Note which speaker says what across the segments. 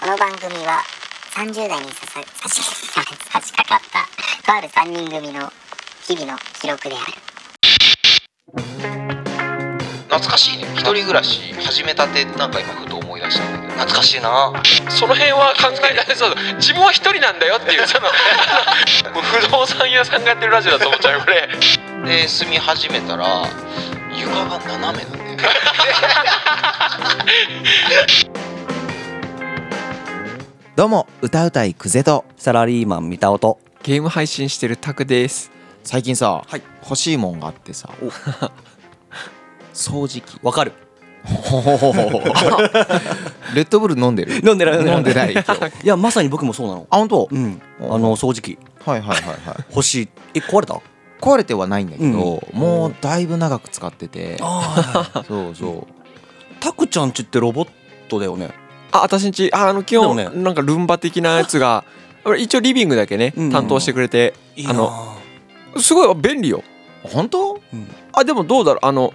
Speaker 1: この番組は30代にささ差し差し掛かったとある3人組の日々の記録である
Speaker 2: 懐かしいね一人暮らし始めたてなんか今ふと思い出したんだけど懐かしいな
Speaker 3: その辺は考えられそうだ自分は一人なんだよっていうそのあの不動産屋さんがやってるラジオだと思っちゃうこれ
Speaker 2: で住み始めたら床が斜めなんだよね
Speaker 4: どうも歌うたいクゼと
Speaker 5: サラリーマン見た音
Speaker 3: ゲーム配信してるタクです
Speaker 4: 最近さ、
Speaker 5: はい
Speaker 4: 欲しいもんがあってさ掃除 機
Speaker 5: わかる
Speaker 4: レッドブル飲んでる
Speaker 5: 飲んでない
Speaker 4: 飲んでない今日あ
Speaker 5: いやまさに僕もそうなの
Speaker 4: 本当、
Speaker 5: うんあ
Speaker 4: うん
Speaker 5: の掃除機
Speaker 4: はいはいはいはい
Speaker 5: 欲しいえ壊れた
Speaker 4: 壊れてはないんだけど、もうだいぶ長く使ってて
Speaker 5: ああ
Speaker 4: そうそう
Speaker 5: タクちゃんちってロボットだよね
Speaker 3: あ私んちああの基本、
Speaker 5: でもね
Speaker 3: なんかルンバ的なや つが俺一応リビングだけね
Speaker 5: うん
Speaker 3: 担当してくれて、
Speaker 5: いいな
Speaker 3: あの
Speaker 5: あ
Speaker 3: すごい便利よ
Speaker 4: 本当
Speaker 3: あでもどうだろうあの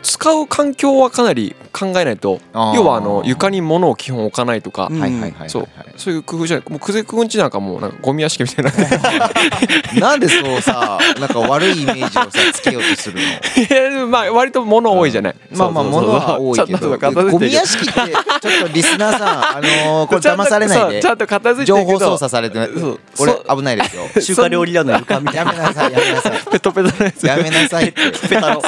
Speaker 3: 使う環境はかなり考えないと
Speaker 4: あー
Speaker 3: 要はあの床に物を基本置かないとか、
Speaker 5: うん
Speaker 4: はいはいはいはい、
Speaker 3: そうそういう工夫じゃないもう久世君んちなんかもうなんかゴミ屋敷 みたいになって
Speaker 4: なんでそうさなんか悪いイメージをさつけようとするの
Speaker 3: いやまあ割と物多いじゃない、
Speaker 4: まあまあ
Speaker 3: そうそう
Speaker 4: 物
Speaker 3: そう
Speaker 4: は多いけ
Speaker 3: ちゃん
Speaker 4: ど
Speaker 3: と片付い
Speaker 4: ゴ
Speaker 3: てる
Speaker 4: ミ屋敷ってちょっとリスナーさんあのー これ騙されないで
Speaker 3: ちゃんと片付いて
Speaker 4: 情
Speaker 3: るけ
Speaker 4: 報
Speaker 3: ど
Speaker 4: 操作されてない
Speaker 3: そう
Speaker 4: 俺
Speaker 3: そう
Speaker 4: 危ないですよ
Speaker 5: 中華料理屋の床みたい
Speaker 4: やめなさいやめなさい
Speaker 3: ペトペトのやつ
Speaker 4: やめなさいって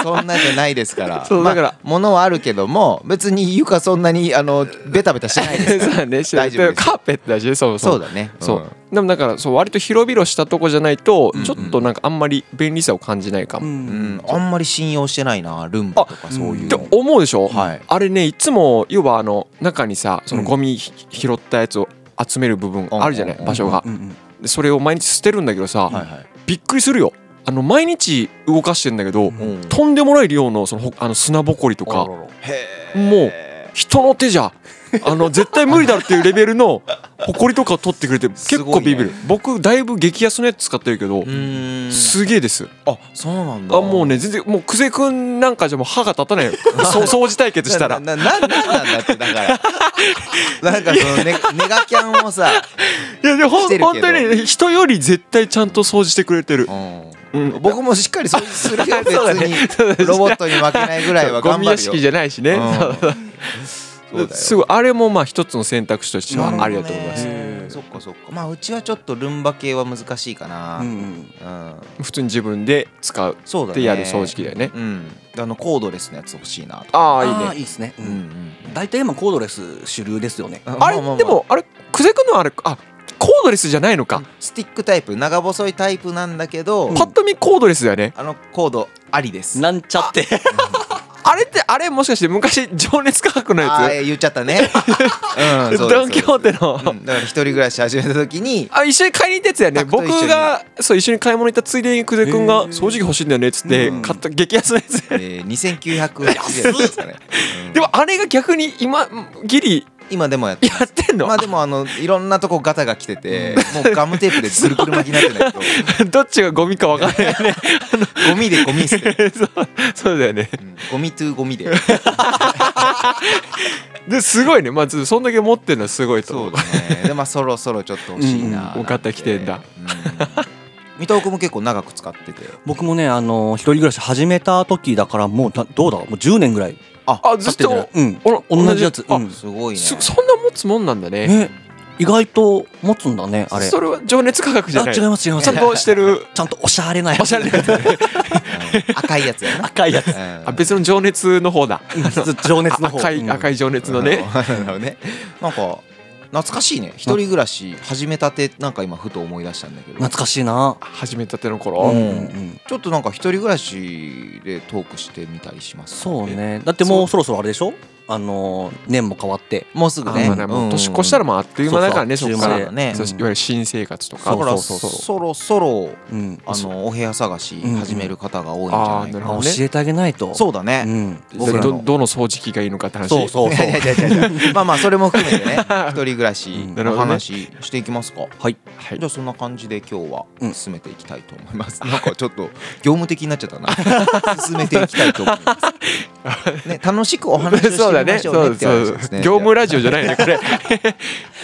Speaker 4: そんなじゃないですから
Speaker 3: そうだから
Speaker 4: まあ物はあるけども別に床そんなにあのベタベタしてないです
Speaker 3: そうだねし
Speaker 4: 大丈夫です
Speaker 3: カーペットだしね そうそう
Speaker 4: そうだね
Speaker 3: そう、
Speaker 4: ん
Speaker 3: でもだからそう割と広々したとこじゃないと
Speaker 4: うん
Speaker 3: ちょっとなんかあんまり便利さを感じないか
Speaker 5: う
Speaker 3: も、
Speaker 4: うんんあんまり信用してないなルンバとかそういう
Speaker 3: って
Speaker 4: の
Speaker 3: 思うでしょ、
Speaker 4: はい
Speaker 3: あれねいつも要はあの中にさその
Speaker 5: うん
Speaker 3: ゴミひ拾ったやつを集める部分あるじゃない
Speaker 4: うん
Speaker 3: 場所が
Speaker 5: うんうん
Speaker 3: でそれを毎日捨てるんだけどさ、
Speaker 4: はいはい
Speaker 3: びっくりするよあの毎日動かしてんだけ
Speaker 4: う
Speaker 3: ど、
Speaker 4: ん
Speaker 3: とんでもない量のそのほあの砂ぼこりとかもう人の手じゃあの絶対無理だろっていうレベルのほこりとかを取ってくれて
Speaker 4: す
Speaker 3: 結
Speaker 4: ご
Speaker 3: 構
Speaker 4: いね
Speaker 3: ビビる、僕だいぶ激安のやつ使ってるけど、
Speaker 4: うーん
Speaker 3: すげえです
Speaker 4: あそうなんだ
Speaker 3: あもうね全然もう久世くんなんかじゃもう歯が立たないよ そう掃除対決したら
Speaker 4: ななななんなんだってだから なんかそのネネガキャンをさ、
Speaker 3: いやでもほ
Speaker 4: し
Speaker 3: ん
Speaker 4: てるけ
Speaker 3: 本
Speaker 4: ど
Speaker 3: 当にね人より絶対ちゃんと掃除してくれて
Speaker 4: う、
Speaker 3: る
Speaker 4: ん
Speaker 3: うん、
Speaker 4: 僕もしっかり掃除するよ別
Speaker 3: そうだねそうだね
Speaker 4: にロボットに負けないぐらいは
Speaker 3: ゴ
Speaker 4: 頑
Speaker 3: ミ
Speaker 4: 張
Speaker 3: 屋
Speaker 4: るよ
Speaker 3: 敷じゃないしね、
Speaker 4: うんそうだよ
Speaker 3: すごいあれもまあ一つの選択肢としてはありだと思います、
Speaker 4: なるほどねそっかそっかまあうちはちょっとルンバ系は難しいかな
Speaker 5: う
Speaker 4: うん、
Speaker 5: うんん
Speaker 3: 普通に自分で使う
Speaker 4: そうだね
Speaker 3: でやる掃除機だよね
Speaker 4: うんあのコードレスのやつ欲しいなと
Speaker 3: あ
Speaker 5: あ
Speaker 3: あいい
Speaker 5: ー
Speaker 3: ね
Speaker 5: いいですねう
Speaker 4: うんん
Speaker 5: 大体今コードレス主流ですよね
Speaker 4: うん
Speaker 3: あれ、
Speaker 4: ままま
Speaker 3: でもあれ久世君のあれあコードレスじゃないのか、
Speaker 4: スティックタイプ長細いタイプなんだけど、
Speaker 3: パッと見コードレスだよね
Speaker 4: あのコードありです
Speaker 5: なんちゃって
Speaker 3: あれってあれもしかして昔情熱価格の
Speaker 4: あ
Speaker 3: や
Speaker 4: ー言っちゃった ねうん
Speaker 3: つ
Speaker 4: そうです
Speaker 3: ドン・キホーテの、
Speaker 4: うんだから一人暮らし始めた時に
Speaker 3: あ一緒に買いに行ったやつだよね
Speaker 4: 宅と
Speaker 3: 僕
Speaker 4: 一緒に
Speaker 3: がそう一緒に買い物行ったついでに久世君が掃除機欲しいんだよねっつって
Speaker 4: うん
Speaker 3: 買った激安のやつ
Speaker 4: えー、2900円ですかね、うん
Speaker 3: でもあれが逆に今ギリ
Speaker 4: 今でもやって
Speaker 3: やってんの、
Speaker 4: まあでもあのいろんなとこガタが来ててもうガムテープでぐるぐる巻きになって ないと
Speaker 3: どっちがゴミか分からないよね
Speaker 4: ゴミでゴミ捨て、
Speaker 3: そうそうだよね
Speaker 4: うんゴミトゥゴミで
Speaker 3: ですごいねまずそんだけ持ってるのはすごいと思
Speaker 4: そう
Speaker 3: う
Speaker 4: だねでまあそろそろちょっと欲しいな
Speaker 3: うんうんお肩来てんだ
Speaker 4: 三田尾君も結構長く使ってて
Speaker 5: 僕もねあの一人暮らし始めた時だからもうなどうだもう10年ぐらい
Speaker 4: あ
Speaker 3: あずっと
Speaker 5: 経ってんじ
Speaker 3: あら
Speaker 5: ゃないうん同じやつ
Speaker 3: あ、
Speaker 5: うん
Speaker 4: すごいね
Speaker 3: そそんな持つもんなんだね
Speaker 5: ね意外と持つんだねあれ
Speaker 3: それは情熱価格じゃ
Speaker 5: あ
Speaker 3: ない
Speaker 5: 違います違います
Speaker 3: ちゃんとしてる
Speaker 5: ちゃんとおしゃれなやつ
Speaker 3: おしゃれなやつ
Speaker 4: うん赤いやつやな
Speaker 5: 赤いやつ
Speaker 3: あ別の情熱の方だ
Speaker 5: 情
Speaker 3: あ
Speaker 5: 熱の方
Speaker 3: 赤
Speaker 5: う
Speaker 3: い
Speaker 5: ん
Speaker 3: 赤い情熱のね
Speaker 4: のねなんか懐かしいね一人暮らし始めたてなんか今ふと思い出したんだけど
Speaker 5: 懐かしいな
Speaker 3: 始めたての
Speaker 5: うん
Speaker 3: 頃
Speaker 5: うんうん
Speaker 4: ちょっとなんか一人暮らしでトークしてみたりします
Speaker 5: そうねだってもうそろそろあれでしょあのー年も変わって
Speaker 4: もうすぐ
Speaker 3: あ
Speaker 4: ね
Speaker 3: まあねもう年越したらもうあっという間だからね
Speaker 5: そ
Speaker 3: そう
Speaker 5: そう
Speaker 3: こか
Speaker 5: 中
Speaker 3: ら
Speaker 4: 華ね
Speaker 3: そういわゆる新生活とか
Speaker 4: だから
Speaker 5: そうそうそう
Speaker 4: そろそろ
Speaker 5: うん
Speaker 4: あのお部屋探し始める方が多いんじ
Speaker 3: あ
Speaker 4: ゃ
Speaker 3: あ
Speaker 4: ない
Speaker 3: な
Speaker 4: か
Speaker 3: る
Speaker 4: な
Speaker 3: ほど
Speaker 5: 教
Speaker 3: ね
Speaker 5: えてあげないと
Speaker 4: そうだ
Speaker 5: う
Speaker 4: ね
Speaker 5: ん
Speaker 4: 僕らの
Speaker 3: どどの掃除機がいいのかって話
Speaker 5: そうそう
Speaker 4: い
Speaker 5: そ
Speaker 4: や
Speaker 5: う
Speaker 4: いやいやいやいや まあまあそれも含めてね一人暮らし
Speaker 5: うん
Speaker 3: な
Speaker 4: の
Speaker 3: るほどね
Speaker 4: 話していきますか
Speaker 5: はい
Speaker 3: はい
Speaker 4: じゃあそんな感じで今日
Speaker 5: う
Speaker 4: は
Speaker 5: ん
Speaker 4: 進めていき たいと思いますなんかちょっと業務的になっちゃったな進めていきたいと思いますね、楽しくお話をして
Speaker 3: そうだ
Speaker 4: み
Speaker 3: ね
Speaker 4: ましょ
Speaker 3: そうう
Speaker 4: ねって話
Speaker 3: そう
Speaker 4: ですね。
Speaker 3: 業務ラジオじゃないねこれ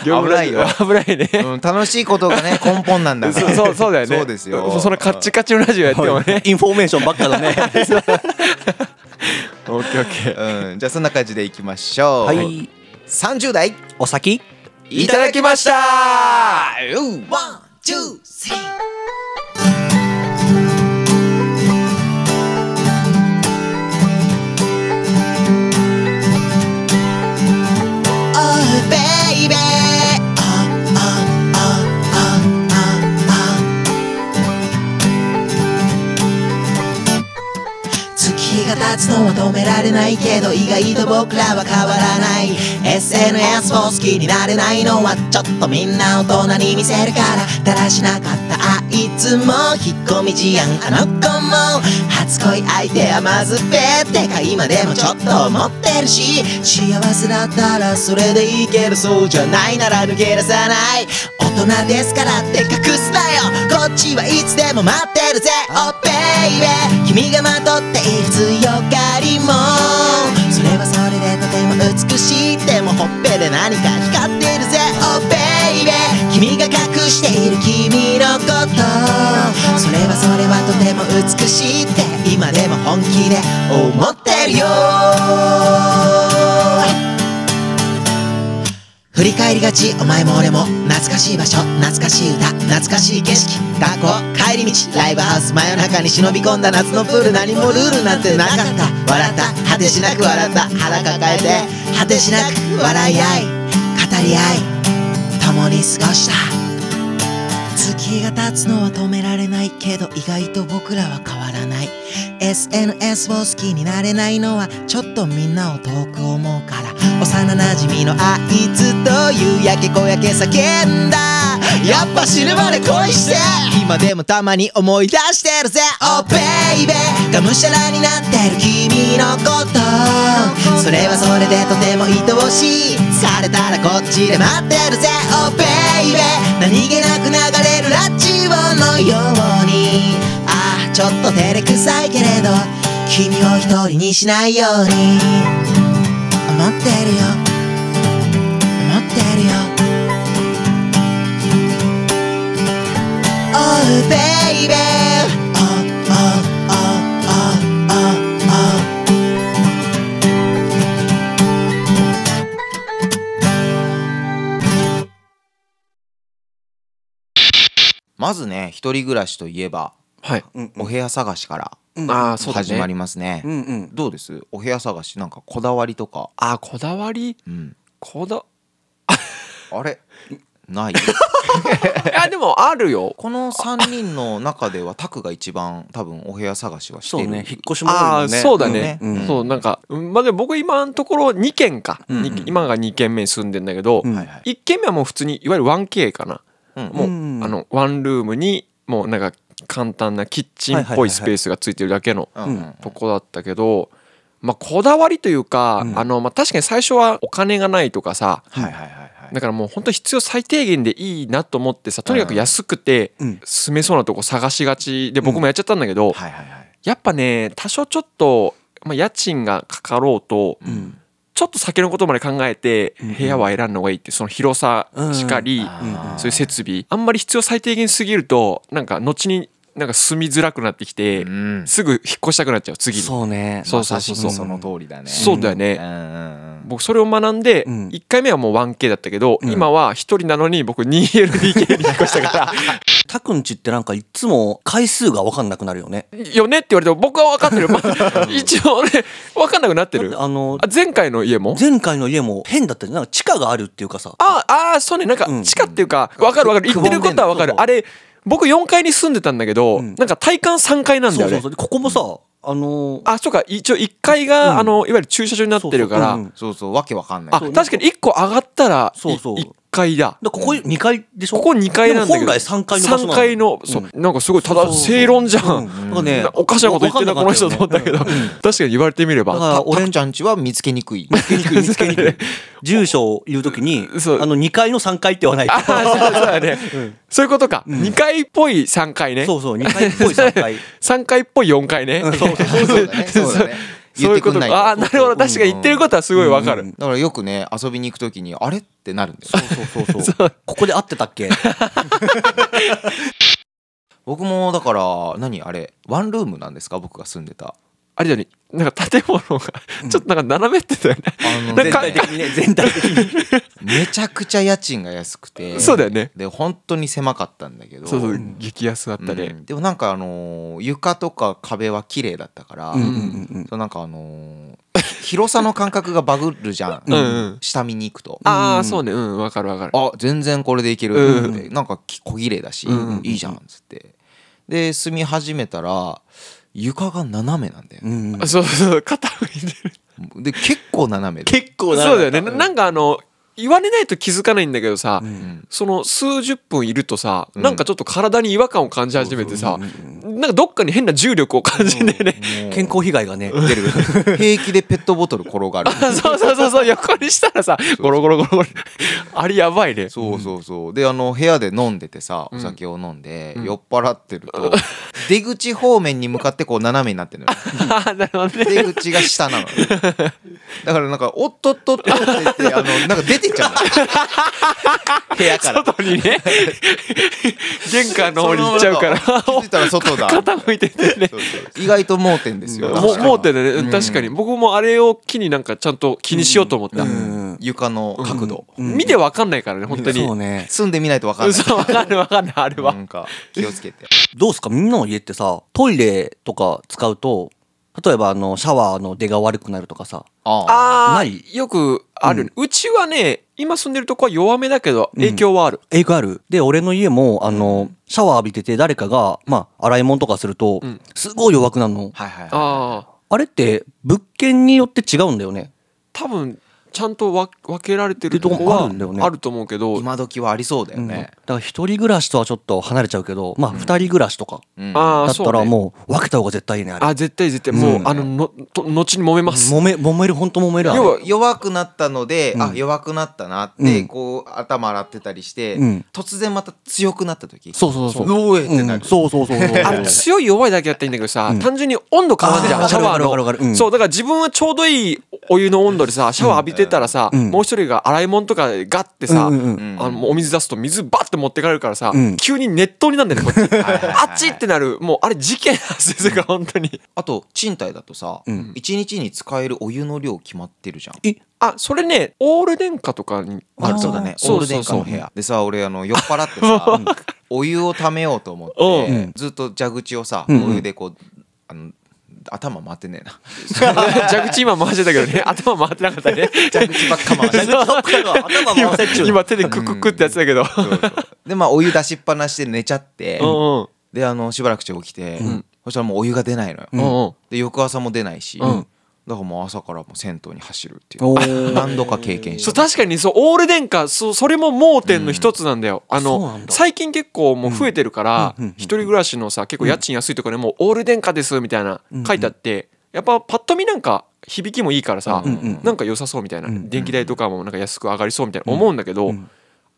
Speaker 3: 業務ラジオ危ないね
Speaker 4: うん、楽しいことが ね根本なんだか
Speaker 3: そう
Speaker 4: ら
Speaker 3: そうそうだよね
Speaker 4: そうですよ
Speaker 3: そそのカッチカチのラジオやってもね
Speaker 5: インフォメーションばっかだね
Speaker 3: オッケーオッケー
Speaker 4: うん、じゃあそんな感じでいきましょう、
Speaker 5: は、い
Speaker 4: 30代
Speaker 5: お先
Speaker 4: いただきましたうん
Speaker 6: 月が経つのは止められないけど意外と僕らは変わらない SNS を好きになれないのはちょっとみんな大人に見せるからだらしなかったあいつも引っ込み思案あの子も初恋相手はまずべってか今でもちょっと思ってるし幸せだったらそれでいいけどそうじゃないなら抜け出さない大人ですからって隠すなよこっちはいつでも待ってるぜ Oh baby 君がまとっている強がりもそれはそれでとても美しいでもほっぺで何か光ってるぜ Oh baby 君が隠している君のことそれはそれはとても美しいって今でも本気で思ってるよ振り返りがちお前も俺も懐かしい場所懐かしい歌懐かしい景色学校帰り道ライブハウス真夜中に忍び込んだ夏のプール何もルールなんてなかった笑った果てしなく笑った腹抱えて果てしなく笑い合い語り合い共に過ごした月が経つのは止められないけど意外と僕らは変わらない SNS を好きになれないのはちょっとみんなを遠く思うから幼なじみのあいつと夕焼け小焼け叫んだやっぱ死ぬまで恋して今でもたまに思い出してるぜ Oh baby がむしゃらになってる君のことそれはそれでとても愛おしいされたらこっちで待ってるぜ Oh baby 何気なく流れるラジオのようにああちょっと照れくさいけれど君を一人にしないように思ってるよ思ってるよ Oh baby Oh oh oh oh oh oh
Speaker 4: まずね一人暮らしといえば
Speaker 3: はい
Speaker 5: うん
Speaker 4: お部屋探しから
Speaker 3: ああそうだね
Speaker 4: 始まりますね
Speaker 5: うんうん
Speaker 4: どうですお部屋探しなんかこだわりとか、
Speaker 3: あーこだわり
Speaker 4: うん、
Speaker 3: こだ
Speaker 4: あれない
Speaker 3: あでもあるよ
Speaker 4: この3人の中ではタクが一番多分お部屋探しはし
Speaker 5: そ
Speaker 4: て
Speaker 5: う
Speaker 4: る
Speaker 5: ね引っ越しも
Speaker 3: あ
Speaker 5: あ
Speaker 3: あ
Speaker 5: るもんね
Speaker 3: そうだね、
Speaker 5: うんうん
Speaker 3: そうなんかうんまあでも僕今のところ2軒か、
Speaker 5: うんうん
Speaker 3: に今が2軒目に住んでんだけど、
Speaker 5: うん
Speaker 4: はいはい
Speaker 3: 1軒目はもう普通にいわゆる 1K かな、
Speaker 4: うん
Speaker 3: もう、
Speaker 5: うん
Speaker 3: あのワンルームにもうなんか簡単なキッチンっ
Speaker 5: はいはい
Speaker 3: ぽ
Speaker 5: はいはいい
Speaker 3: スペースがついてるだけの
Speaker 4: うんん
Speaker 3: とこだったけど、まあ、こだわりというか、
Speaker 5: うん
Speaker 3: あのまあ、確かに最初はお金がないとかさ
Speaker 4: はいはいはいはい
Speaker 3: だからもう本当必要最低限でいいなと思ってさとにかく安くて
Speaker 5: うん
Speaker 3: 住めそうなとこ探しがちで僕もやっちゃったんだけど、
Speaker 4: はいはいはい
Speaker 3: やっぱね多少ちょっと、まあ、家賃がかかろうと、
Speaker 5: うん
Speaker 3: ちょっと先のことまで考えて
Speaker 5: うん
Speaker 3: 部屋は選んだ方がいいってその広さしかり、
Speaker 4: うんあー
Speaker 3: そういう設備あんまり必要最低限すぎるとなんか後になんか住みづらくなってきて、
Speaker 4: うん
Speaker 3: すぐ引っ越したくなっちゃう次に
Speaker 5: そうね
Speaker 3: そうそうそうそう
Speaker 4: まさしくその通りだね
Speaker 3: そうだよね、
Speaker 4: うんうんうん
Speaker 3: 僕それを学んで
Speaker 5: うん
Speaker 3: 1回目はもう 1K だったけど、
Speaker 5: うん
Speaker 3: 今は1人なのに僕 2LDK に引っ越したか
Speaker 5: タクんちってなんかいつも回数が分かんなくなるよね
Speaker 3: らよねって言われても僕は分かっ てる、まあ、一応ね分かんなくなってる
Speaker 5: だってあの
Speaker 3: あ前回の家も
Speaker 5: 前回の家も変だったじゃんなんか地下があるっていうかさ
Speaker 3: ああーそうねなんか
Speaker 5: うん
Speaker 3: 地下っていうか分かる分かる言ってることは
Speaker 5: くぼん
Speaker 3: 分か
Speaker 5: でん
Speaker 3: る
Speaker 5: の
Speaker 3: あれ僕4階に住んでたんだけど
Speaker 5: うん
Speaker 3: なんか体感3階なんだ
Speaker 5: そ
Speaker 3: よ
Speaker 5: う
Speaker 3: ね
Speaker 5: そうそうでここもさあのー
Speaker 3: あそうか一応1階が
Speaker 5: うん
Speaker 3: あのいわゆる駐車場になってるか
Speaker 5: そうそううん
Speaker 3: ら
Speaker 4: そうそうわけわかんない
Speaker 3: あ
Speaker 5: う
Speaker 3: 確
Speaker 5: なんか
Speaker 3: かに1個上がったらい
Speaker 5: そうそう
Speaker 3: 1階だ
Speaker 5: だからここ2階でしょ
Speaker 3: ここ2階なんだけど
Speaker 5: でも本来3階の場所な
Speaker 3: 3階のそうなんかすごいただ正論じゃ
Speaker 5: うんなんかね
Speaker 3: な おかしなこと言ってんなこの人と思ったけど確かに言われてみれ
Speaker 5: だ
Speaker 3: ば
Speaker 5: から
Speaker 4: タ
Speaker 5: 俺
Speaker 4: クちゃんちは見つけにくい
Speaker 5: 見つけにく い住所を言うときに
Speaker 3: そう
Speaker 5: あの2階の3階って言わない
Speaker 3: あーそうそうだねそういうことか2階っぽい3階ね
Speaker 5: そうそう2階っぽい3階
Speaker 3: 3階っぽい4階ね
Speaker 5: そうそう
Speaker 4: そうだねそうだね
Speaker 3: そ
Speaker 4: 言っ
Speaker 3: ういう
Speaker 4: て
Speaker 3: こ
Speaker 4: く
Speaker 3: と
Speaker 4: んない
Speaker 3: かあーなるほど確かに言ってることはすごいわか
Speaker 5: うん
Speaker 3: る
Speaker 4: だからよくね遊びに行くときにあれってなるんだよ
Speaker 5: そうそう そう。ここで合ってたっけ
Speaker 4: 僕もだから何あれワンルームなんですか僕が住んでた
Speaker 3: あれだよねなんか建物が ちょっとなんか斜めってたよね
Speaker 4: あの
Speaker 3: なんか
Speaker 4: 全
Speaker 5: 全体的にね、全体的に。
Speaker 4: めちゃくちゃ家賃が安くて
Speaker 3: そうだよね
Speaker 4: で本当に狭かったんだけど
Speaker 3: そうそう激安だった
Speaker 4: う
Speaker 3: ね
Speaker 4: んでもなんかあのー床とか壁は綺麗だったから、
Speaker 5: うんうんうんうん
Speaker 4: そうなんかあのー広さの感覚がバグるじゃん、
Speaker 3: うんうん
Speaker 4: 下見に行くと、
Speaker 3: ああそうねうんわかるわかる
Speaker 4: あ全然これでいける
Speaker 3: うんうん
Speaker 4: って、なんかき小綺麗だし、
Speaker 3: うんうん
Speaker 4: いいじゃんっつってで住み始めたら床が斜めなんだよ、
Speaker 5: うんうん
Speaker 3: あ そうそう傾いてる
Speaker 4: で結構斜めで
Speaker 5: 結構
Speaker 3: そうだよね
Speaker 5: な
Speaker 3: ななんかあの言われないと気づかないんだけどさ、
Speaker 4: ん
Speaker 3: その数十分いるとさ、
Speaker 4: うん
Speaker 3: なんかちょっと体に違和感を感じ始めてさ、なんかどっかに変な重力を感じてね、
Speaker 5: 健康被害がね。
Speaker 4: 出る 平気でペットボトル転 がる
Speaker 3: そうそうそうそう横にしたらさゴロゴロゴロゴロあれやばいね
Speaker 4: そうそうそうであの部屋で飲んでてさお酒を飲んで、酔っ払ってると出口方面に向かってこう斜めになってる のよ
Speaker 3: あなるほどね
Speaker 4: 出口が下なのよだからなんか「おっとっとっと」って言ってあのなんか出てっちゃう の部屋から
Speaker 3: 外に ね玄関の方に行っちゃうから
Speaker 4: そのまま気づいたら外だ
Speaker 3: 傾いててね
Speaker 4: そうそう意外と盲点ですよ
Speaker 3: もう盲点だね、
Speaker 4: うん
Speaker 3: 確かに僕もあれを機になんかちゃんと気にしようと思った、
Speaker 5: うん
Speaker 4: 床の角度、
Speaker 3: 見てわかんないからね本当に、
Speaker 5: そうね。
Speaker 4: 住んでみないと分かんない
Speaker 3: 嘘わかんないわかんないあれは、
Speaker 4: なんか気をつけて
Speaker 5: どうすかみんなの家ってさ、トイレとか使うと、例えばあの、シャワーの出が悪くなるとかさ。
Speaker 4: ああ
Speaker 3: ああ
Speaker 5: ない
Speaker 3: よくある、うちはね今住んでるとこは弱めだけど
Speaker 5: ん
Speaker 3: 影響はある、
Speaker 5: えぐある。で、俺の家も、あの、シャワー浴びてて誰かが、まあ、洗い物とかすると
Speaker 3: ん、
Speaker 5: すごい弱くなるの。
Speaker 4: はいはいはい
Speaker 3: ああ
Speaker 5: あれって、物件によって違うんだよね。
Speaker 3: 多分ちゃんとわ分けられてるとこ
Speaker 5: ってとこあ
Speaker 3: は
Speaker 5: るんだよね
Speaker 3: あると思うけど、
Speaker 4: 今時はありそうだよ
Speaker 5: うんだ
Speaker 4: ね
Speaker 5: か、ら一人暮らしとはちょっと離れちゃうけど、まあ二人暮らしとか
Speaker 4: うん
Speaker 3: あ
Speaker 5: だ
Speaker 3: あ
Speaker 5: っ
Speaker 3: そ
Speaker 5: た
Speaker 3: う、
Speaker 5: ら
Speaker 3: ね、
Speaker 5: もう分けた方が絶対いいねあれ。
Speaker 3: あ絶対絶対もう、
Speaker 4: うん
Speaker 3: あののと後に揉めます、
Speaker 5: 揉め揉める本当揉めるあれ。
Speaker 3: 要は
Speaker 4: 弱くなったので、
Speaker 5: うん
Speaker 4: あ弱くなったなって
Speaker 5: うん
Speaker 4: こう頭洗ってたりして、
Speaker 5: うん
Speaker 4: 突然また強くなった時
Speaker 5: そうそうそうそう。
Speaker 4: おーいってな
Speaker 5: う
Speaker 4: る
Speaker 5: ん、そうそうそうそう。
Speaker 3: あの強い弱いだけだったらいいんだけどさ、単純に温度変わんじゃ
Speaker 5: あ
Speaker 3: ん
Speaker 5: ー
Speaker 3: シャワー
Speaker 5: わかるわかるわかるう
Speaker 3: の
Speaker 5: ん
Speaker 3: そうだから自分はちょうどいいお湯の温度でさシャワー浴びてたらさ、
Speaker 5: うん
Speaker 3: もう一人が洗い物とかガッてさ、
Speaker 5: うんうんうん
Speaker 3: あのお水出すと水バッて持ってかれるからさ、
Speaker 5: うん
Speaker 3: 急に熱湯になんだよねこっち
Speaker 4: はいはい
Speaker 3: あっちってなるもうあれ事件発生するから本当に
Speaker 4: あと賃貸だとさ、
Speaker 5: ん
Speaker 4: 一1日に使えるお湯の量決まってるじゃん
Speaker 3: あそれねオール電化とかに
Speaker 5: あ
Speaker 4: そうだね
Speaker 3: そ
Speaker 4: オー
Speaker 3: う
Speaker 4: ル
Speaker 3: そ
Speaker 4: 電
Speaker 3: う
Speaker 4: 化
Speaker 3: そう
Speaker 4: の部屋でさ俺あの酔っ払ってさお湯をためようと思って、
Speaker 5: うん
Speaker 4: ずっと蛇口をさ、
Speaker 5: うん
Speaker 4: お湯でこうあの頭回ってねえな
Speaker 3: 蛇口今回してた けどね頭回ってなかったね
Speaker 4: 蛇口ばっか回して
Speaker 3: そう
Speaker 5: 頭回せっちゅ
Speaker 3: 今
Speaker 5: う。
Speaker 3: 今手でクククってやつだけど
Speaker 4: そうそうでまあお湯出しっぱなしで寝ちゃって、
Speaker 3: うんうん
Speaker 4: であのしばらくして起きて、
Speaker 3: ん
Speaker 4: そしたらもうお湯が出ないのよ、
Speaker 3: うんうん
Speaker 4: で翌朝も出ないし、
Speaker 3: ん
Speaker 4: だからもう朝からもう銭湯に走るってい
Speaker 5: お
Speaker 4: う
Speaker 5: ー
Speaker 4: 何度か経験し
Speaker 3: そう
Speaker 4: た
Speaker 3: 確かにそうオール電化そうそれも盲点の一つなんだよ、あ
Speaker 5: そう
Speaker 3: の
Speaker 5: なんだ
Speaker 3: 最近結構もう増えてるから、
Speaker 5: うんうんうんうん
Speaker 3: 一人暮らしのさ結構家賃安いところにもうオール電化ですみたいな書いてあって、やっぱパッと見なんか響きもいいからさ、
Speaker 5: うんうん
Speaker 3: なんか良さそうみたいな、
Speaker 5: ん
Speaker 3: 電気代とかもなんか安く上がりそうみたいな思うんだけど、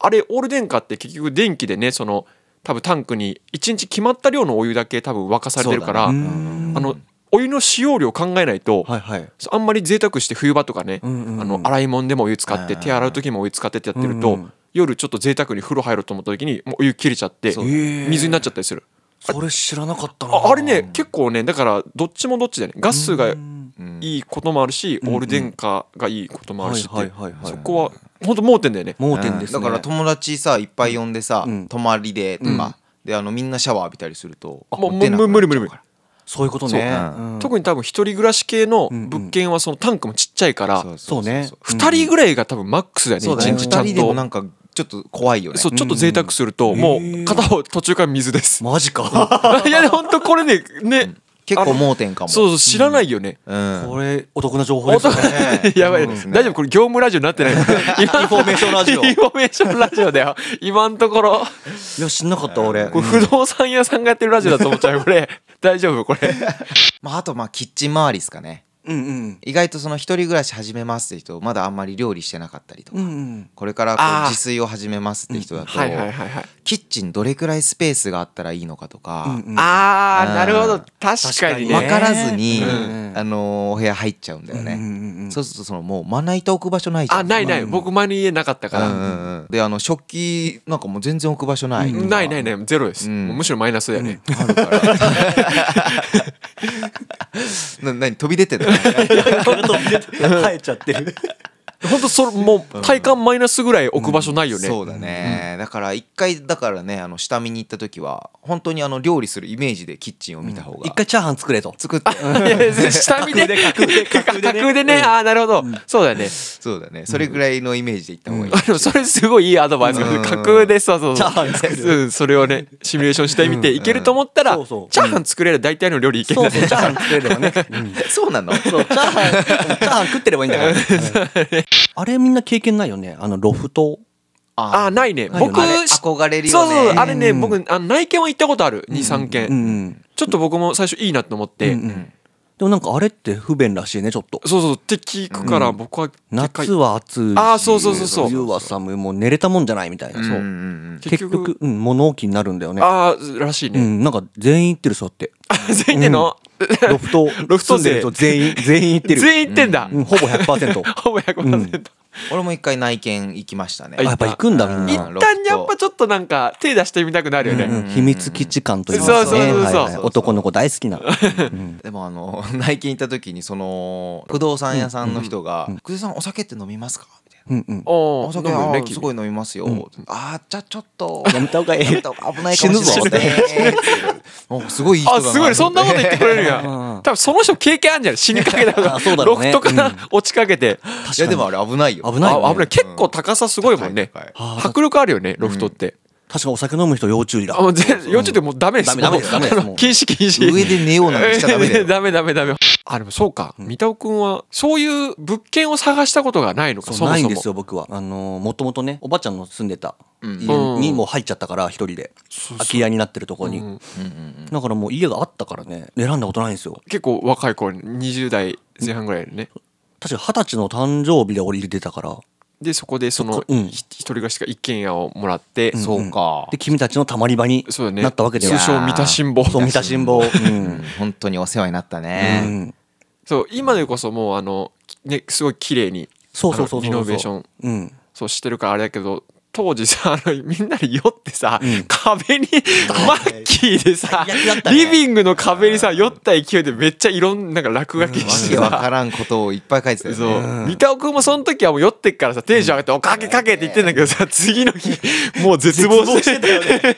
Speaker 3: あれオール電化って結局電気でねその多分タンクに1日決まった量のお湯だけ多分沸かされてるから、
Speaker 5: あ
Speaker 3: あのお湯の使用量考えないと、
Speaker 5: はいはい。
Speaker 3: そうあんまり贅沢して冬場とかね、
Speaker 5: んうんうん
Speaker 3: あの洗い物でもお湯使って手洗う時もお湯使ってってやってると、
Speaker 5: うんうん
Speaker 3: 夜ちょっと贅沢に風呂入ろうと思った時にもうお湯切れちゃって水になっちゃったりする
Speaker 5: それ知らなかったな。
Speaker 3: ああれね結構ねだからどっちもどっちだよねガス
Speaker 4: う
Speaker 3: が
Speaker 4: ん
Speaker 3: いいこともあるし、オール電化がいいこともあるしって、
Speaker 5: はいはいはいはい
Speaker 3: そこは本当盲点だよね
Speaker 5: 盲点です
Speaker 4: だ
Speaker 5: ね。
Speaker 4: から友達さいっぱい呼んでさ、
Speaker 5: うん
Speaker 4: 泊まりでとか、であのみんなシャワー浴びたりすると
Speaker 3: もう
Speaker 4: 出なくなっちゃう
Speaker 3: 無理無理無理
Speaker 4: から
Speaker 5: そういうことね。
Speaker 4: そう
Speaker 5: うん
Speaker 3: 特に多分一人暮らし系の物件はそのタンクもちっちゃいから、
Speaker 4: そう
Speaker 5: そうね。
Speaker 3: 2人ぐらいが多分マックスだよね、
Speaker 4: そうだ
Speaker 3: 一
Speaker 4: ね
Speaker 3: 日ちゃ
Speaker 4: 2
Speaker 3: ん
Speaker 4: 人でもな
Speaker 3: と。
Speaker 4: んかちょっと怖いよね
Speaker 3: そうちょっと贅沢すると、もう片方途中から 水です。
Speaker 5: マジか。
Speaker 3: いや本当これねね
Speaker 4: 結構盲点かも
Speaker 3: そうそう知らないよね。
Speaker 4: うん
Speaker 5: これお得な情報
Speaker 3: 本
Speaker 5: です
Speaker 3: 当
Speaker 5: よね。
Speaker 3: やばい、
Speaker 4: そうですね
Speaker 3: 大丈夫これ業務ラジオになってないインフォ
Speaker 5: メーションラジオ
Speaker 3: インフォメーションラジオだよ今のところ
Speaker 5: いや知んなかった俺。
Speaker 3: これ不動産屋さんがやってるラジオだと思っちゃうこれ大丈夫これ
Speaker 4: まあ、あとまあキッチン周りですかね、
Speaker 5: うんうん
Speaker 4: 意外とその一人暮らし始めますって人まだあんまり料理してなかったりとか、
Speaker 5: うんうん
Speaker 4: これからこ
Speaker 3: あー
Speaker 4: う自炊を始めますって人だと、
Speaker 3: はいはいはいはい
Speaker 4: キッチンどれくらいスペースがあったらいいのかとか、
Speaker 5: うんうん
Speaker 3: あー
Speaker 4: うん
Speaker 3: なるほど確かにね
Speaker 4: 分からずに、
Speaker 5: うん
Speaker 4: あのーお部屋入っちゃうんだよね、
Speaker 5: うんうんうん
Speaker 4: そうするとそのもうまな板置く場所ないじゃん
Speaker 3: あないない僕前の家なかったか
Speaker 4: うんう
Speaker 3: ら
Speaker 4: んうんであの食器なんかもう全然置く場所ない、
Speaker 3: ないないないゼロです
Speaker 4: うん
Speaker 3: もうむしろマイナスだよね
Speaker 4: あるからな何飛び出てんの
Speaker 5: 生えちゃってる
Speaker 3: 本当それもう体感マイナスぐらい置く場所 ないよね
Speaker 4: そうだね、だから一回だからねあの下見に行った時は本当にあの料理するイメージでキッチンを見た方が、
Speaker 5: 一回チャーハン作れと
Speaker 4: 作って
Speaker 3: い やいや下見で架空で ねああなるほどそうだよね
Speaker 4: そうだねそれぐらいのイメージで行った方がいい、
Speaker 3: あでも それすごいいいアドバイス
Speaker 4: うん
Speaker 3: 架空でそうそう
Speaker 5: チ
Speaker 3: そ
Speaker 5: ャー
Speaker 3: う
Speaker 5: ハン作れる
Speaker 3: うんそれをねシミュレーションしてみていけると思ったらチ
Speaker 5: そ
Speaker 3: ャ
Speaker 5: うそう
Speaker 3: ーハン作れる大体の料理いけるん
Speaker 5: そう
Speaker 3: だ
Speaker 5: そうチャーハン作れればね、うん
Speaker 4: そうなの
Speaker 5: そうチャーハンチャーハン食ってればいいんだから、あれみんな経験ないよねあのロフト
Speaker 3: ああないね
Speaker 5: ないよ
Speaker 3: 僕
Speaker 5: ねあれ
Speaker 3: しそう
Speaker 4: 憧れる
Speaker 3: そ
Speaker 4: よ
Speaker 3: う
Speaker 4: ね
Speaker 3: あれね僕あの内見は行ったことある23
Speaker 5: うん
Speaker 3: 件
Speaker 5: うん
Speaker 3: ちょっと僕も最初いいなと思って
Speaker 5: うんうんでもなんかあれって不便らしいねちょっと
Speaker 3: そうそうって聞くから僕は結果
Speaker 5: 夏は暑いし
Speaker 3: あーそうそうそうそう
Speaker 5: 冬は寒いもう寝れたもんじゃないみたいな、
Speaker 4: うんうんうん
Speaker 5: 結
Speaker 3: 結局
Speaker 5: 局、うん、物置になるんだよね
Speaker 3: ああらしいうね
Speaker 5: ん、なんか全員行ってるそう って
Speaker 3: あ 全員での
Speaker 5: ロフト
Speaker 3: ロフ
Speaker 5: 住
Speaker 3: ト
Speaker 5: んでる
Speaker 3: 勢
Speaker 5: 人全員全員行ってる
Speaker 3: 全員行ってんだ
Speaker 5: うん、ほぼ100%
Speaker 3: ほぼ100%
Speaker 4: 俺も一回内見行きましたね
Speaker 5: あやっぱ行くんだみん
Speaker 4: うん
Speaker 5: な、
Speaker 3: 一旦やっぱちょっとなんか手出してみたくなるよね、
Speaker 5: うん秘密基地感というかね
Speaker 3: そうそうそうそう
Speaker 5: はいはい男の子大好きな、うん
Speaker 4: でもあの 内見行った時にその不動産屋さんの人が「久世さんお酒って飲みますか?」みたいな。
Speaker 5: うん うん、
Speaker 3: お
Speaker 4: お
Speaker 3: お
Speaker 4: 酒
Speaker 3: 飲むよ
Speaker 4: あ
Speaker 3: ね
Speaker 4: ー
Speaker 3: 君
Speaker 4: すごい飲みますよ。あーじゃあちょっと
Speaker 5: 飲みた方がいい
Speaker 4: 飲みた方が危ないかもしれないですね。おすごいいい人だ
Speaker 3: あ
Speaker 4: な。
Speaker 3: すごいそんなこと言ってくれる んや
Speaker 5: ん
Speaker 3: 多分その人経験あるんじゃない死にかけたと
Speaker 5: あ
Speaker 3: か
Speaker 5: そうだろ
Speaker 3: ロ
Speaker 5: うね
Speaker 3: フトから
Speaker 5: うん
Speaker 3: 落ちかけて、
Speaker 4: いやでもあれ危ないよ。
Speaker 5: 危ないよね
Speaker 3: あ危ない結構高さすごいもんね、
Speaker 4: 高い
Speaker 5: 高い
Speaker 3: 迫力あるよねロフトって、
Speaker 5: 確かお酒飲む人要注意だ
Speaker 3: あもう全幼稚園でもうダメです
Speaker 5: ダメダメですダメです
Speaker 3: あの
Speaker 5: もう
Speaker 3: 禁止禁止
Speaker 4: 上で寝ようなんてしちゃダメだよ。
Speaker 3: ダメダメダメあでもそうか、三田尾君はそういう物件を探したことがないのか
Speaker 5: そう
Speaker 3: そも
Speaker 5: ない
Speaker 3: そ
Speaker 5: んで
Speaker 3: も
Speaker 5: すよ僕はあのもともとねおばあちゃんの住んでた
Speaker 4: うん
Speaker 5: 家にもう入っちゃったから一人で
Speaker 3: そう
Speaker 5: 空き家になってるところに、
Speaker 3: うん
Speaker 4: うんうん
Speaker 5: だからもう家があったからね選んだことないんですよ
Speaker 3: 結構若い頃に20代前半ぐらいでね
Speaker 5: 確か二十歳の誕生日で降りてたから
Speaker 3: でそこでその
Speaker 5: そっかうん
Speaker 3: ひ一人暮らしが一軒家をもらって、
Speaker 4: うんそうか
Speaker 5: で。君たちのたまり場に
Speaker 3: そうだね
Speaker 5: なったわけで
Speaker 3: 通
Speaker 5: は
Speaker 3: 称三田辛坊
Speaker 5: そう見た辛抱うん
Speaker 4: 本当にお世話になった
Speaker 5: う
Speaker 4: ね。
Speaker 5: ん
Speaker 3: そう今でこそもうあのきねすごい綺麗に
Speaker 5: そうそうそうそうそう
Speaker 3: あのリノベーション
Speaker 5: うん
Speaker 3: そうしてるからあれだけど当時さあのみんなで酔ってさ、
Speaker 5: ん
Speaker 3: 壁にマッキーでさ、
Speaker 5: 最悪だったね
Speaker 3: リビングの壁にさ酔った勢いでめっちゃいろんなんか落書き
Speaker 4: わ
Speaker 3: して
Speaker 4: けわ
Speaker 3: さ、
Speaker 4: からんことをいっぱい書いてたよ
Speaker 3: そう
Speaker 4: ね。
Speaker 3: 三田尾君もその時はもう酔ってっからさテンション上がって「おかけかけ」って言ってんだけどさ次の日もう絶望してたよね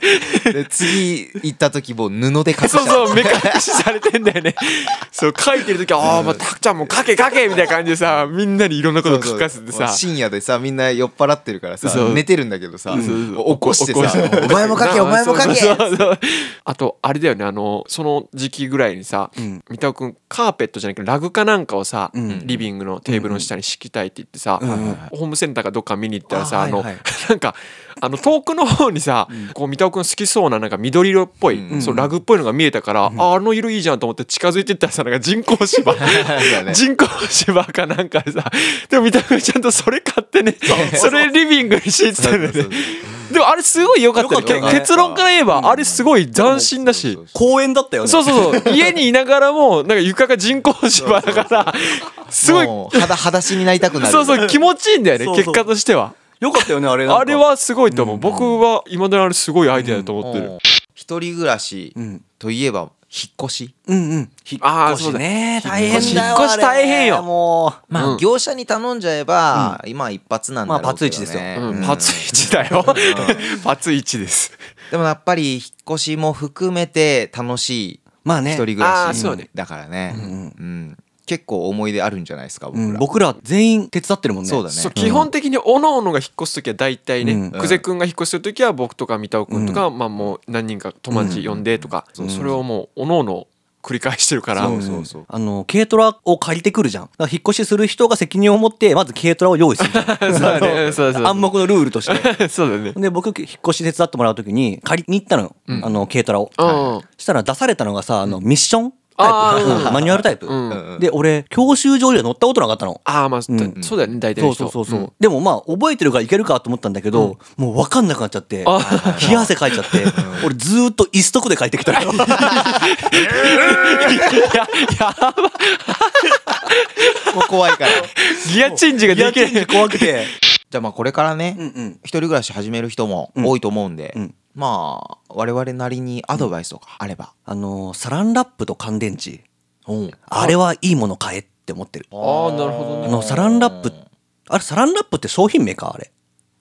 Speaker 4: で次行った時もう布で隠し
Speaker 3: そう
Speaker 4: た。
Speaker 3: そう目隠しされてんだよね そう書いてる時は「ああまあたくちゃんも書け書け」みたいな感じでさみんなにいろんなこと書かせてさ
Speaker 4: 深夜でさみんな酔っ払ってるからさ
Speaker 3: そう
Speaker 4: 寝てるんだけどさ
Speaker 3: そうそう
Speaker 4: 起こして
Speaker 3: 起こし
Speaker 4: さ「お前もかけお前もかけ!
Speaker 3: そうそうそうあとあれだよねあのその時期ぐらいにさ、
Speaker 5: ん
Speaker 3: 三田尾君カーペットじゃなくてラグかなんかをさ、
Speaker 5: ん
Speaker 3: リビングのテーブルの下に敷きたいって言ってさ、ホームセンターかどっか見に行ったらさあ
Speaker 5: あー
Speaker 3: の、
Speaker 5: はいはい
Speaker 3: なんかあの遠くの方にさ、こう三田尾君好きそうななんか緑色っぽい、そうラグっぽいのが見えたから、ああの色いいじゃんと思って近づいてったらさなんか人工 芝
Speaker 4: だね
Speaker 3: 人工芝かなんかでさでも三田尾君ちゃんとそれ買ってね それリビングに敷いてたんだよ
Speaker 4: そうそ
Speaker 3: ね
Speaker 4: うそ。
Speaker 3: でもあれすごい良かった
Speaker 5: 良
Speaker 3: よ
Speaker 5: かったよね
Speaker 3: け結論から言えばあれすごい斬新だし
Speaker 5: 公園だったよね
Speaker 3: そうそうそう家にいながらもなんか床が人工芝だからすごい
Speaker 4: もう裸裸足になりたくなる
Speaker 3: そうそう気持ちいいんだよね
Speaker 5: そうそう
Speaker 3: 結果としては
Speaker 5: よかったよねあれなんか
Speaker 3: あれはすごいと思う僕は今だにあれすごいアイデアだと思って
Speaker 4: うん
Speaker 3: る
Speaker 4: 一人暮らし
Speaker 5: うん
Speaker 4: といえば引っ越し
Speaker 5: うんうん
Speaker 3: あ
Speaker 5: 引
Speaker 3: あ
Speaker 5: っ越
Speaker 3: そう
Speaker 5: し
Speaker 3: だね
Speaker 5: ね大変だよ
Speaker 3: 引っ越し大変よ
Speaker 5: あれも
Speaker 4: ま
Speaker 3: う
Speaker 4: あ
Speaker 3: ん
Speaker 4: 業者に頼んじゃえば今一発なんだろうけどね
Speaker 5: まあパツイチですよ
Speaker 3: う
Speaker 4: うん
Speaker 3: んパツイチだよ パツイチです
Speaker 4: でもやっぱり引っ越しも含めて楽しい
Speaker 5: まあね
Speaker 4: 一人暮
Speaker 3: あ
Speaker 4: ら
Speaker 3: ーそうね
Speaker 4: しだからねうん結構思い出あるんじゃないですか
Speaker 5: う
Speaker 4: 僕
Speaker 5: ん
Speaker 4: ら
Speaker 5: 僕ら全員手伝ってるもんね
Speaker 4: そうだね
Speaker 3: そう基本的におのおのが引っ越す時は大体ね、
Speaker 5: うん
Speaker 3: 久世君が引っ越しする時は僕とか三田尾君とか、まあもう何人か友達呼んでとか、それをもうおのおの繰り返してるから
Speaker 4: そうそうそう
Speaker 5: あの軽トラを借りてくるじゃんだから引っ越しする人が責任を持ってまず軽トラを用意するじゃん
Speaker 3: そうだねそうそう
Speaker 5: 暗黙のルールとして
Speaker 3: そうだね
Speaker 5: で僕引っ越し手伝ってもらう時に借りに行ったのよ、あの軽トラを、
Speaker 3: うん
Speaker 5: そしたら出されたのがさあのミッション
Speaker 3: あーうん
Speaker 5: うんマニュアルタイプ、
Speaker 3: うん
Speaker 4: うん
Speaker 5: で俺教習所には乗ったことなかったの
Speaker 3: ああまあ、
Speaker 5: うん
Speaker 3: そうだよね大体
Speaker 5: そ
Speaker 3: の
Speaker 5: うそ
Speaker 3: 人
Speaker 5: うそうそう、
Speaker 3: ん
Speaker 5: でもまあ覚えてるからいけるかと思ったんだけど、もう分かんなくなっちゃって
Speaker 3: あ
Speaker 5: 冷や汗かいちゃって俺ずーっと一足で帰ってきたのよ
Speaker 3: やや
Speaker 4: もう怖いから
Speaker 3: ギアチェンジが
Speaker 5: いや
Speaker 3: できない
Speaker 5: 怖くて
Speaker 4: じゃあまあこれからね、
Speaker 5: うんうん
Speaker 4: 一人暮らし始める人も多いと思うんで、
Speaker 5: うん
Speaker 4: まあ我々なりにアドバイスとかあれば、
Speaker 5: あのーサランラップと乾電池
Speaker 4: うん、
Speaker 5: あれはいいもの買えって思ってる
Speaker 3: ああなるほ
Speaker 5: あ
Speaker 3: どね
Speaker 5: のサランラップあれサランラップって商品名かあれ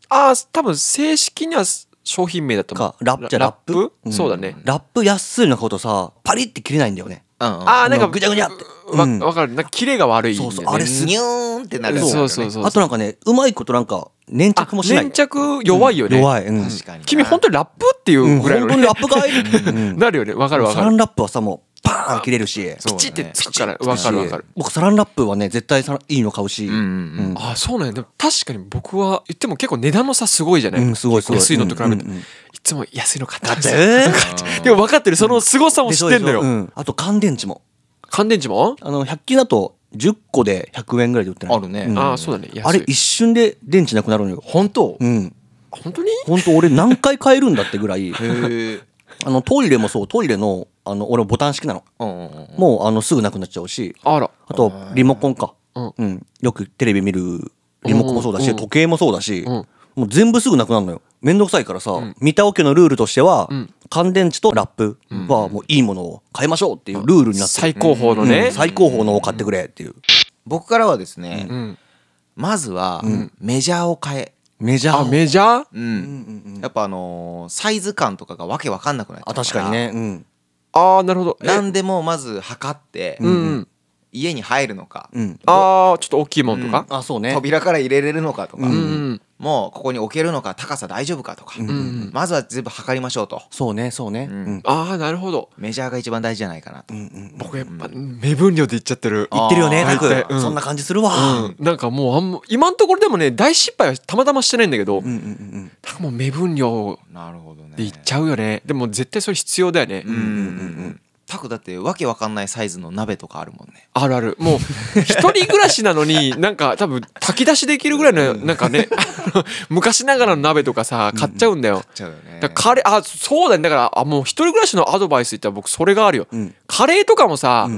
Speaker 3: ああ多分正式には商品名だと思
Speaker 5: か
Speaker 3: う
Speaker 5: ラップじゃラップうん
Speaker 3: そうだね
Speaker 5: ラップ安いのことさパリって切れないんだよね
Speaker 4: うんうん
Speaker 3: ああなんか
Speaker 5: うんぐちゃぐちゃって
Speaker 3: わ
Speaker 5: うん
Speaker 3: わかるなんかキレが悪いんだよね
Speaker 5: そうそうあれす
Speaker 4: ニューンってなるやつだよ
Speaker 3: そ
Speaker 4: ね
Speaker 3: うそうそう
Speaker 5: あとなんかねうまいことなんか粘
Speaker 3: あ
Speaker 5: 着もしない
Speaker 3: 粘着弱いよね、
Speaker 5: 弱い、うん、
Speaker 4: 確かにな
Speaker 3: 君本当にラップっていう
Speaker 5: うん
Speaker 3: ぐらいの、
Speaker 5: 本当にラップがいる、
Speaker 3: なるよねわかるわ
Speaker 5: サ
Speaker 3: か
Speaker 5: ラ
Speaker 3: る
Speaker 5: ンラップはさもうパーン切れるし
Speaker 4: そう
Speaker 3: チっ
Speaker 4: だ
Speaker 3: て
Speaker 4: ね
Speaker 3: つくからわかるわかる
Speaker 5: 僕サランラップはね絶対さいいの買うし、
Speaker 4: うんうん
Speaker 5: うん
Speaker 3: ああそうなんやでも確かに僕は言っても結構値段の差すごいじゃない、
Speaker 5: うんすごいすごい
Speaker 3: 安いのと比べて、
Speaker 5: うんうんうん
Speaker 3: いつも安いの買って
Speaker 5: だ
Speaker 3: ま
Speaker 5: っ
Speaker 3: す
Speaker 5: てえ
Speaker 3: でも分かってるその凄さも知ってんだよ、
Speaker 5: うんあと乾電池も
Speaker 3: 乾電池も、
Speaker 5: あの100均だと10個で100円ぐらいで売ってない
Speaker 4: あるね
Speaker 5: うん
Speaker 3: ああそうだね安い
Speaker 5: あれ一瞬で電池なくなるのよ
Speaker 4: 本当
Speaker 5: うん
Speaker 3: 本当に
Speaker 5: 本当俺何回買えるんだってぐらい
Speaker 4: へえ
Speaker 5: あのトイレもそうトイレのあの俺ボタン式なの
Speaker 4: うんうんうん
Speaker 5: もうあのすぐなくなっちゃうし
Speaker 3: あら
Speaker 5: あとリモコンか
Speaker 3: うん
Speaker 5: うんよくテレビ見るリモコンもそうだし
Speaker 3: うん
Speaker 5: 時計もそうだし
Speaker 3: ん
Speaker 5: もう全部すぐなくなるのよめんどくさいからさ三田家のルールとしては
Speaker 3: ん
Speaker 5: 乾電池とラップはもういいものを買いましょうっていうルールになってる
Speaker 3: 最高峰のね、
Speaker 5: うん最高峰のを買ってくれっていう
Speaker 4: 僕からはですね、
Speaker 3: ん
Speaker 4: まずは、メジャーを変え、
Speaker 5: メジャ
Speaker 3: あ
Speaker 5: ー
Speaker 3: メジャー
Speaker 4: うんやっぱあのーサイズ感とかがわけわかんなくなっちゃ
Speaker 5: あ
Speaker 4: うから
Speaker 5: 確かにねうん
Speaker 3: ああなるほどえ
Speaker 4: 何でもまず測って、
Speaker 3: うんうん
Speaker 4: 家に入るのか、
Speaker 5: うん
Speaker 3: ああちょっと大きいもんとか、
Speaker 5: あそうね
Speaker 4: 扉から入れれるのかとか、
Speaker 3: うん
Speaker 4: もうここに置けるのか高さ大丈夫かとか、
Speaker 3: ん
Speaker 4: まずは全部測りましょうと
Speaker 5: そうねそうね
Speaker 4: ん
Speaker 5: うん
Speaker 3: ああなるほど
Speaker 4: メジャーが一番大事じゃないかなと、
Speaker 3: 僕やっぱ目分量でいっちゃってる
Speaker 5: 言ってるよね
Speaker 3: あー
Speaker 5: タ
Speaker 3: 大体う
Speaker 5: ク
Speaker 3: ん
Speaker 5: そんな感じするわ
Speaker 3: うんなんかもうあんま今のところでもね大失敗はたまたましてないんだけど、
Speaker 5: うんうんうん
Speaker 3: なんかもう目分量
Speaker 4: なるほどね
Speaker 3: でいっちゃうよねでも絶対それ必要だよね、
Speaker 4: うんうんうんタクだってわけわかんないサイズの鍋とかあるもんね
Speaker 3: あるあるもう一人暮らしなのになんか多分炊き出しできるぐらいのなんかねあの昔ながらの鍋とかさ買っちゃうんだよ、
Speaker 4: ちゃうよね
Speaker 3: だからカレーあそうだねだからあもう一人暮らしのアドバイス言ったら僕それがあるよ、
Speaker 5: ん
Speaker 3: カレーとかもさ、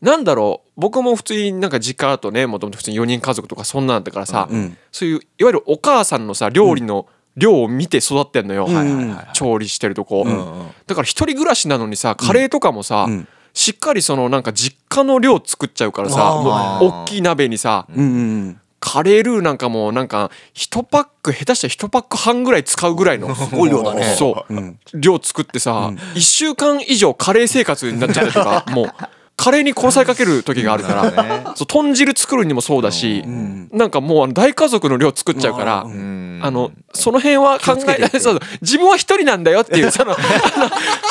Speaker 3: なんだろう僕も普通になんか実家だとねもともと普通に4人家族とかそんなんだからさ、
Speaker 5: ん
Speaker 3: そういういわゆるお母さんのさ料理の量を見て育ってんのよ、
Speaker 5: はいはいはいは
Speaker 3: 調理してるとこ、
Speaker 4: うんうん
Speaker 3: だから一人暮らしなのにさカレーとかもさ、
Speaker 5: うん
Speaker 3: しっかりそのなんか実家の量作っちゃうからさ
Speaker 5: あー
Speaker 3: もう大きい鍋にさ、
Speaker 5: うんうんうん
Speaker 3: カレールーなんかもうなんか1パック下手したら1パック半ぐらい使うぐらいのす
Speaker 5: ごい量だね
Speaker 3: そう、
Speaker 5: うん
Speaker 3: 量作ってさ、1週間以上カレー生活になっちゃったりとかもうカレーに殺されかける時があるから、そう豚汁作るにもそうだし、なんかもうあの大家族の量作っちゃうから。
Speaker 4: うん
Speaker 3: あのその辺は考えそうそう自分は一人なんだよっていうそのあ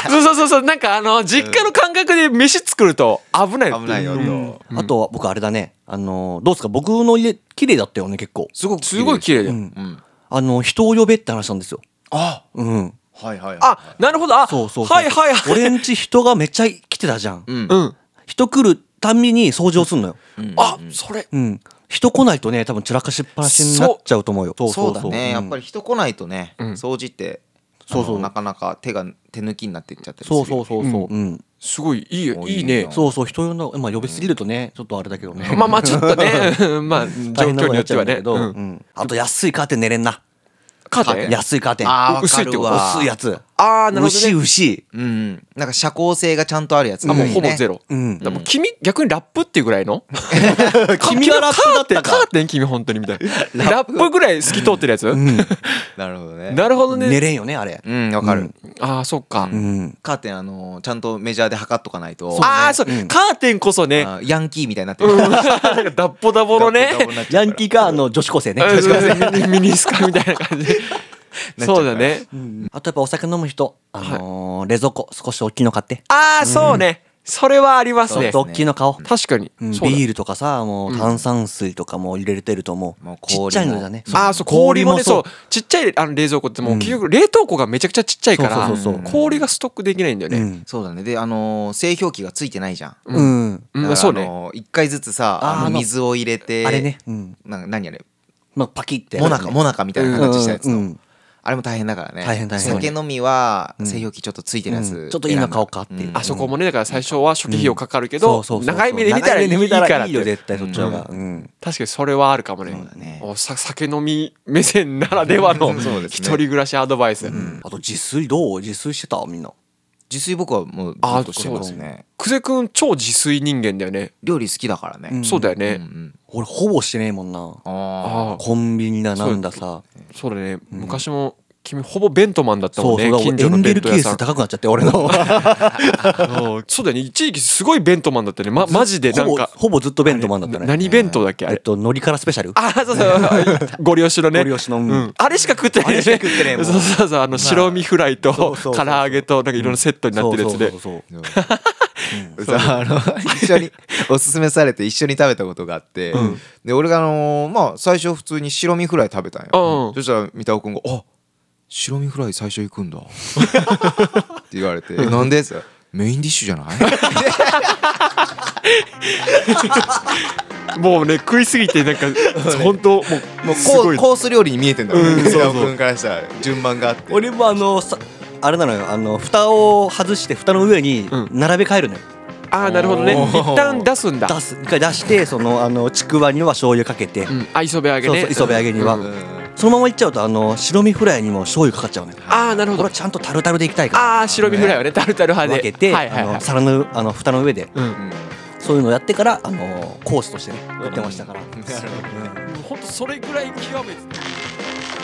Speaker 3: のそうそうそうそうなんかあの実家の感覚で飯作ると危ないって
Speaker 4: 危ないよと、
Speaker 5: あとは僕あれだねあのどうですか僕の家綺麗だったよね結構
Speaker 3: すごくすごい綺麗だよ、
Speaker 4: うん
Speaker 5: あの人を呼べって話なんですよ
Speaker 4: あ
Speaker 5: うん
Speaker 4: はいはいはい
Speaker 3: あなるほどあ
Speaker 5: そうそうそう
Speaker 3: はいはいはい
Speaker 5: 俺んち人がめっちゃ来てたじゃん、
Speaker 4: うん
Speaker 3: うん
Speaker 5: 人来るたんびに掃除をすんのよ
Speaker 3: あそれ
Speaker 5: うん、人来ないとね多分散らかしっぱなしになっちゃうと思うよそう
Speaker 4: そうだね、や
Speaker 5: ん
Speaker 4: っぱり人来ないとね、掃除って
Speaker 5: そうそう
Speaker 4: あのなかなか手が手抜きになっていっちゃったりする
Speaker 5: そ
Speaker 4: よ
Speaker 5: うそうそうそううん、
Speaker 3: すごいいいよ
Speaker 4: お
Speaker 3: いいね
Speaker 4: いい
Speaker 5: そうそう人呼んだまあ呼びすぎるとねちょっとあれだけどね
Speaker 3: まあまあちょっとね うんまあ状
Speaker 5: 大変なこと
Speaker 3: 況に
Speaker 5: に
Speaker 3: よ
Speaker 5: な
Speaker 3: っ
Speaker 5: ってちゃう
Speaker 3: は
Speaker 5: んだ
Speaker 3: ね
Speaker 5: けど、
Speaker 3: う
Speaker 5: うんんあと安いカーテン寝れんな
Speaker 3: カーテン
Speaker 5: 安いカーテン
Speaker 4: あー
Speaker 3: 薄いってこと
Speaker 4: わかるわ
Speaker 5: 薄いやつ
Speaker 3: ああなるほど
Speaker 5: 牛
Speaker 3: ね
Speaker 5: 牛
Speaker 4: うんうんなんか遮光性がちゃんとあるやつが
Speaker 3: あ
Speaker 4: いい
Speaker 3: も
Speaker 4: ね、
Speaker 3: うほぼゼロ
Speaker 5: うん
Speaker 3: だからもう君逆にラップっていうぐらいの
Speaker 5: 君はラップだったか
Speaker 3: カーテンカーテン君本当にみたいなラップぐらい透き通ってるやつ
Speaker 4: なるほどね
Speaker 3: なるほど
Speaker 5: 寝
Speaker 3: ね
Speaker 5: れんよねあれ
Speaker 4: うんわかる、
Speaker 3: ああそっか
Speaker 5: うん
Speaker 4: カーテンあのーちゃんとメジャーで測っとかないと
Speaker 3: ああそうカーテンこそね
Speaker 4: あーヤンキーみたいになってる、
Speaker 3: うんなんかダッポダボ のね
Speaker 4: ダボダボになっちゃ
Speaker 5: ヤ
Speaker 4: うから
Speaker 5: ンキーかあの女子高生ね
Speaker 3: うんミニスカみたいな感じで
Speaker 4: ら
Speaker 3: そうだね
Speaker 5: あとやっぱお酒飲む人、あのー冷蔵庫少し大きいの買って。
Speaker 3: ああそうねそれはありますね
Speaker 5: ドッキーの顔、
Speaker 3: 確かに、
Speaker 5: うん
Speaker 3: そうだ
Speaker 5: ビールとかさもう炭酸水とかも入れてるとも
Speaker 4: もう
Speaker 5: う
Speaker 4: 氷
Speaker 5: ち
Speaker 4: も
Speaker 5: っちゃいのだね
Speaker 3: ああそう氷もねそう
Speaker 5: そう
Speaker 3: ちっちゃいあの冷蔵庫ってもう
Speaker 5: うん
Speaker 3: 結局冷凍庫がめちゃくちゃちっちゃいから
Speaker 5: そうそうそう
Speaker 4: そう
Speaker 3: 氷がストックできないんだよ
Speaker 5: う
Speaker 3: ね
Speaker 5: ん
Speaker 4: そうだねであのー製氷機がついてないじゃん
Speaker 5: うん
Speaker 3: う
Speaker 4: だ
Speaker 3: ん
Speaker 4: から
Speaker 3: そう
Speaker 4: あ
Speaker 3: ね
Speaker 4: のー一回ずつさあ
Speaker 5: あー
Speaker 4: の
Speaker 5: あの
Speaker 4: 水を入れて
Speaker 5: あれねうん
Speaker 4: なんか何あれ
Speaker 5: まあパキって
Speaker 4: モナカモナカみたいな形したやつ
Speaker 5: うんう
Speaker 4: の
Speaker 5: ん
Speaker 4: あれも大変だからね
Speaker 5: 大変大変
Speaker 4: 酒飲みは
Speaker 5: うん
Speaker 4: 製氷機ちょっとついてるやつ
Speaker 5: うんちょっといいの買おうかっていう
Speaker 4: 選んだ
Speaker 3: あそこもねだから最初は初期費用かかるけど
Speaker 5: そうそうそうそう
Speaker 3: 長い目で見たらい
Speaker 5: 長目で
Speaker 3: いからっ
Speaker 5: いいよ
Speaker 3: て
Speaker 5: 絶対そっちの方がうん
Speaker 3: 確かにそれはあるかもね
Speaker 4: だね
Speaker 3: おさ酒飲み目線ならで はの
Speaker 4: そうですね
Speaker 3: 一人暮らしアドバイス
Speaker 5: あと自炊どう自炊してたみんな
Speaker 4: 自炊僕はもうず
Speaker 3: あ
Speaker 4: っ
Speaker 3: ー
Speaker 4: としてます
Speaker 3: そう
Speaker 4: ね
Speaker 3: 久世君超自炊人間だよね
Speaker 4: 料理好きだからね
Speaker 5: うん
Speaker 3: そうだよ
Speaker 4: う
Speaker 3: ね
Speaker 4: ん
Speaker 5: 俺ほぼしてねえもんな
Speaker 4: うんああ
Speaker 3: ああ
Speaker 5: コンビニだなんださ
Speaker 3: そうだね昔も君ほぼ弁当マンだった
Speaker 5: そ
Speaker 3: も
Speaker 5: うんそ
Speaker 3: ね
Speaker 5: うだ
Speaker 3: 近所
Speaker 5: エ
Speaker 3: の
Speaker 5: ンデ
Speaker 3: 弁
Speaker 5: ル
Speaker 3: 当
Speaker 5: ケ
Speaker 3: 屋
Speaker 5: ー
Speaker 3: さ
Speaker 5: ス
Speaker 3: ん
Speaker 5: 高くなっちゃって俺のほ
Speaker 3: そうだね一時期すごい弁当マンだったねまマジでなん
Speaker 5: ぼ
Speaker 3: か
Speaker 5: ほぼずっと弁当マンだったね
Speaker 3: 何弁当だっけあ
Speaker 5: えっ
Speaker 3: れ
Speaker 5: とのりからスペシャル
Speaker 3: あそうそう ご利用しのね
Speaker 5: ごり押しのうん
Speaker 3: うんあれしか食ってないよね
Speaker 5: あれしか食ってないもん
Speaker 3: そうそうそうあの白身フライと
Speaker 5: そうそう
Speaker 3: 唐
Speaker 5: そう
Speaker 3: 揚げとなんかいろんなセットになってるやつで
Speaker 5: そうそうそうそう
Speaker 4: あの一 緒におすすめされて一緒に食べたことがあって、で俺があのーまあ最初普通に白身フライ食べたんよ、
Speaker 3: うん
Speaker 4: そしたら三田尾君が「あ白身フライ最初行く んだ」って言われて「えなんで?」って言ったらメインディッシュじゃ ない?」
Speaker 3: もうね食いすぎてなんか本当もう
Speaker 4: もう
Speaker 3: す
Speaker 4: コ
Speaker 3: ご
Speaker 4: ー
Speaker 3: い
Speaker 4: コース料理に見えてんだもんね、
Speaker 3: う
Speaker 4: 三
Speaker 3: ん
Speaker 4: 田
Speaker 3: そうそう
Speaker 4: 尾君からしたら順番があって
Speaker 5: 俺もあのさあれなのよあの蓋を外して蓋の上に
Speaker 3: うん
Speaker 5: 並べ替えるのよ
Speaker 3: ああなるほどね
Speaker 4: おー
Speaker 3: 一旦出すんだ
Speaker 5: 出す一回出してそのあのちくわには醤油かけて
Speaker 3: うんあ磯辺揚げ
Speaker 5: そ
Speaker 3: ね
Speaker 5: うそう磯辺揚げには
Speaker 3: うん
Speaker 4: うん
Speaker 5: そのままいっちゃうとあの白身フライにも醤油かかっちゃうのよ
Speaker 3: ああなるほ
Speaker 5: 俺
Speaker 3: ど
Speaker 5: はちゃんとタルタルでいきたいから
Speaker 3: ああ白身フライはねタルタル派で
Speaker 5: 分けて、
Speaker 3: はいはい
Speaker 5: あ
Speaker 3: はい
Speaker 5: の皿のあの蓋の上で
Speaker 3: うん
Speaker 5: そういうのをやってからあのコースとしてね売ってましたから、
Speaker 3: 本当それぐらい極めて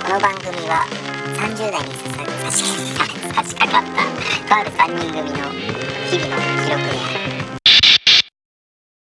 Speaker 1: この番組は30代にささ差し差し掛かったとある3人組の日々の記録である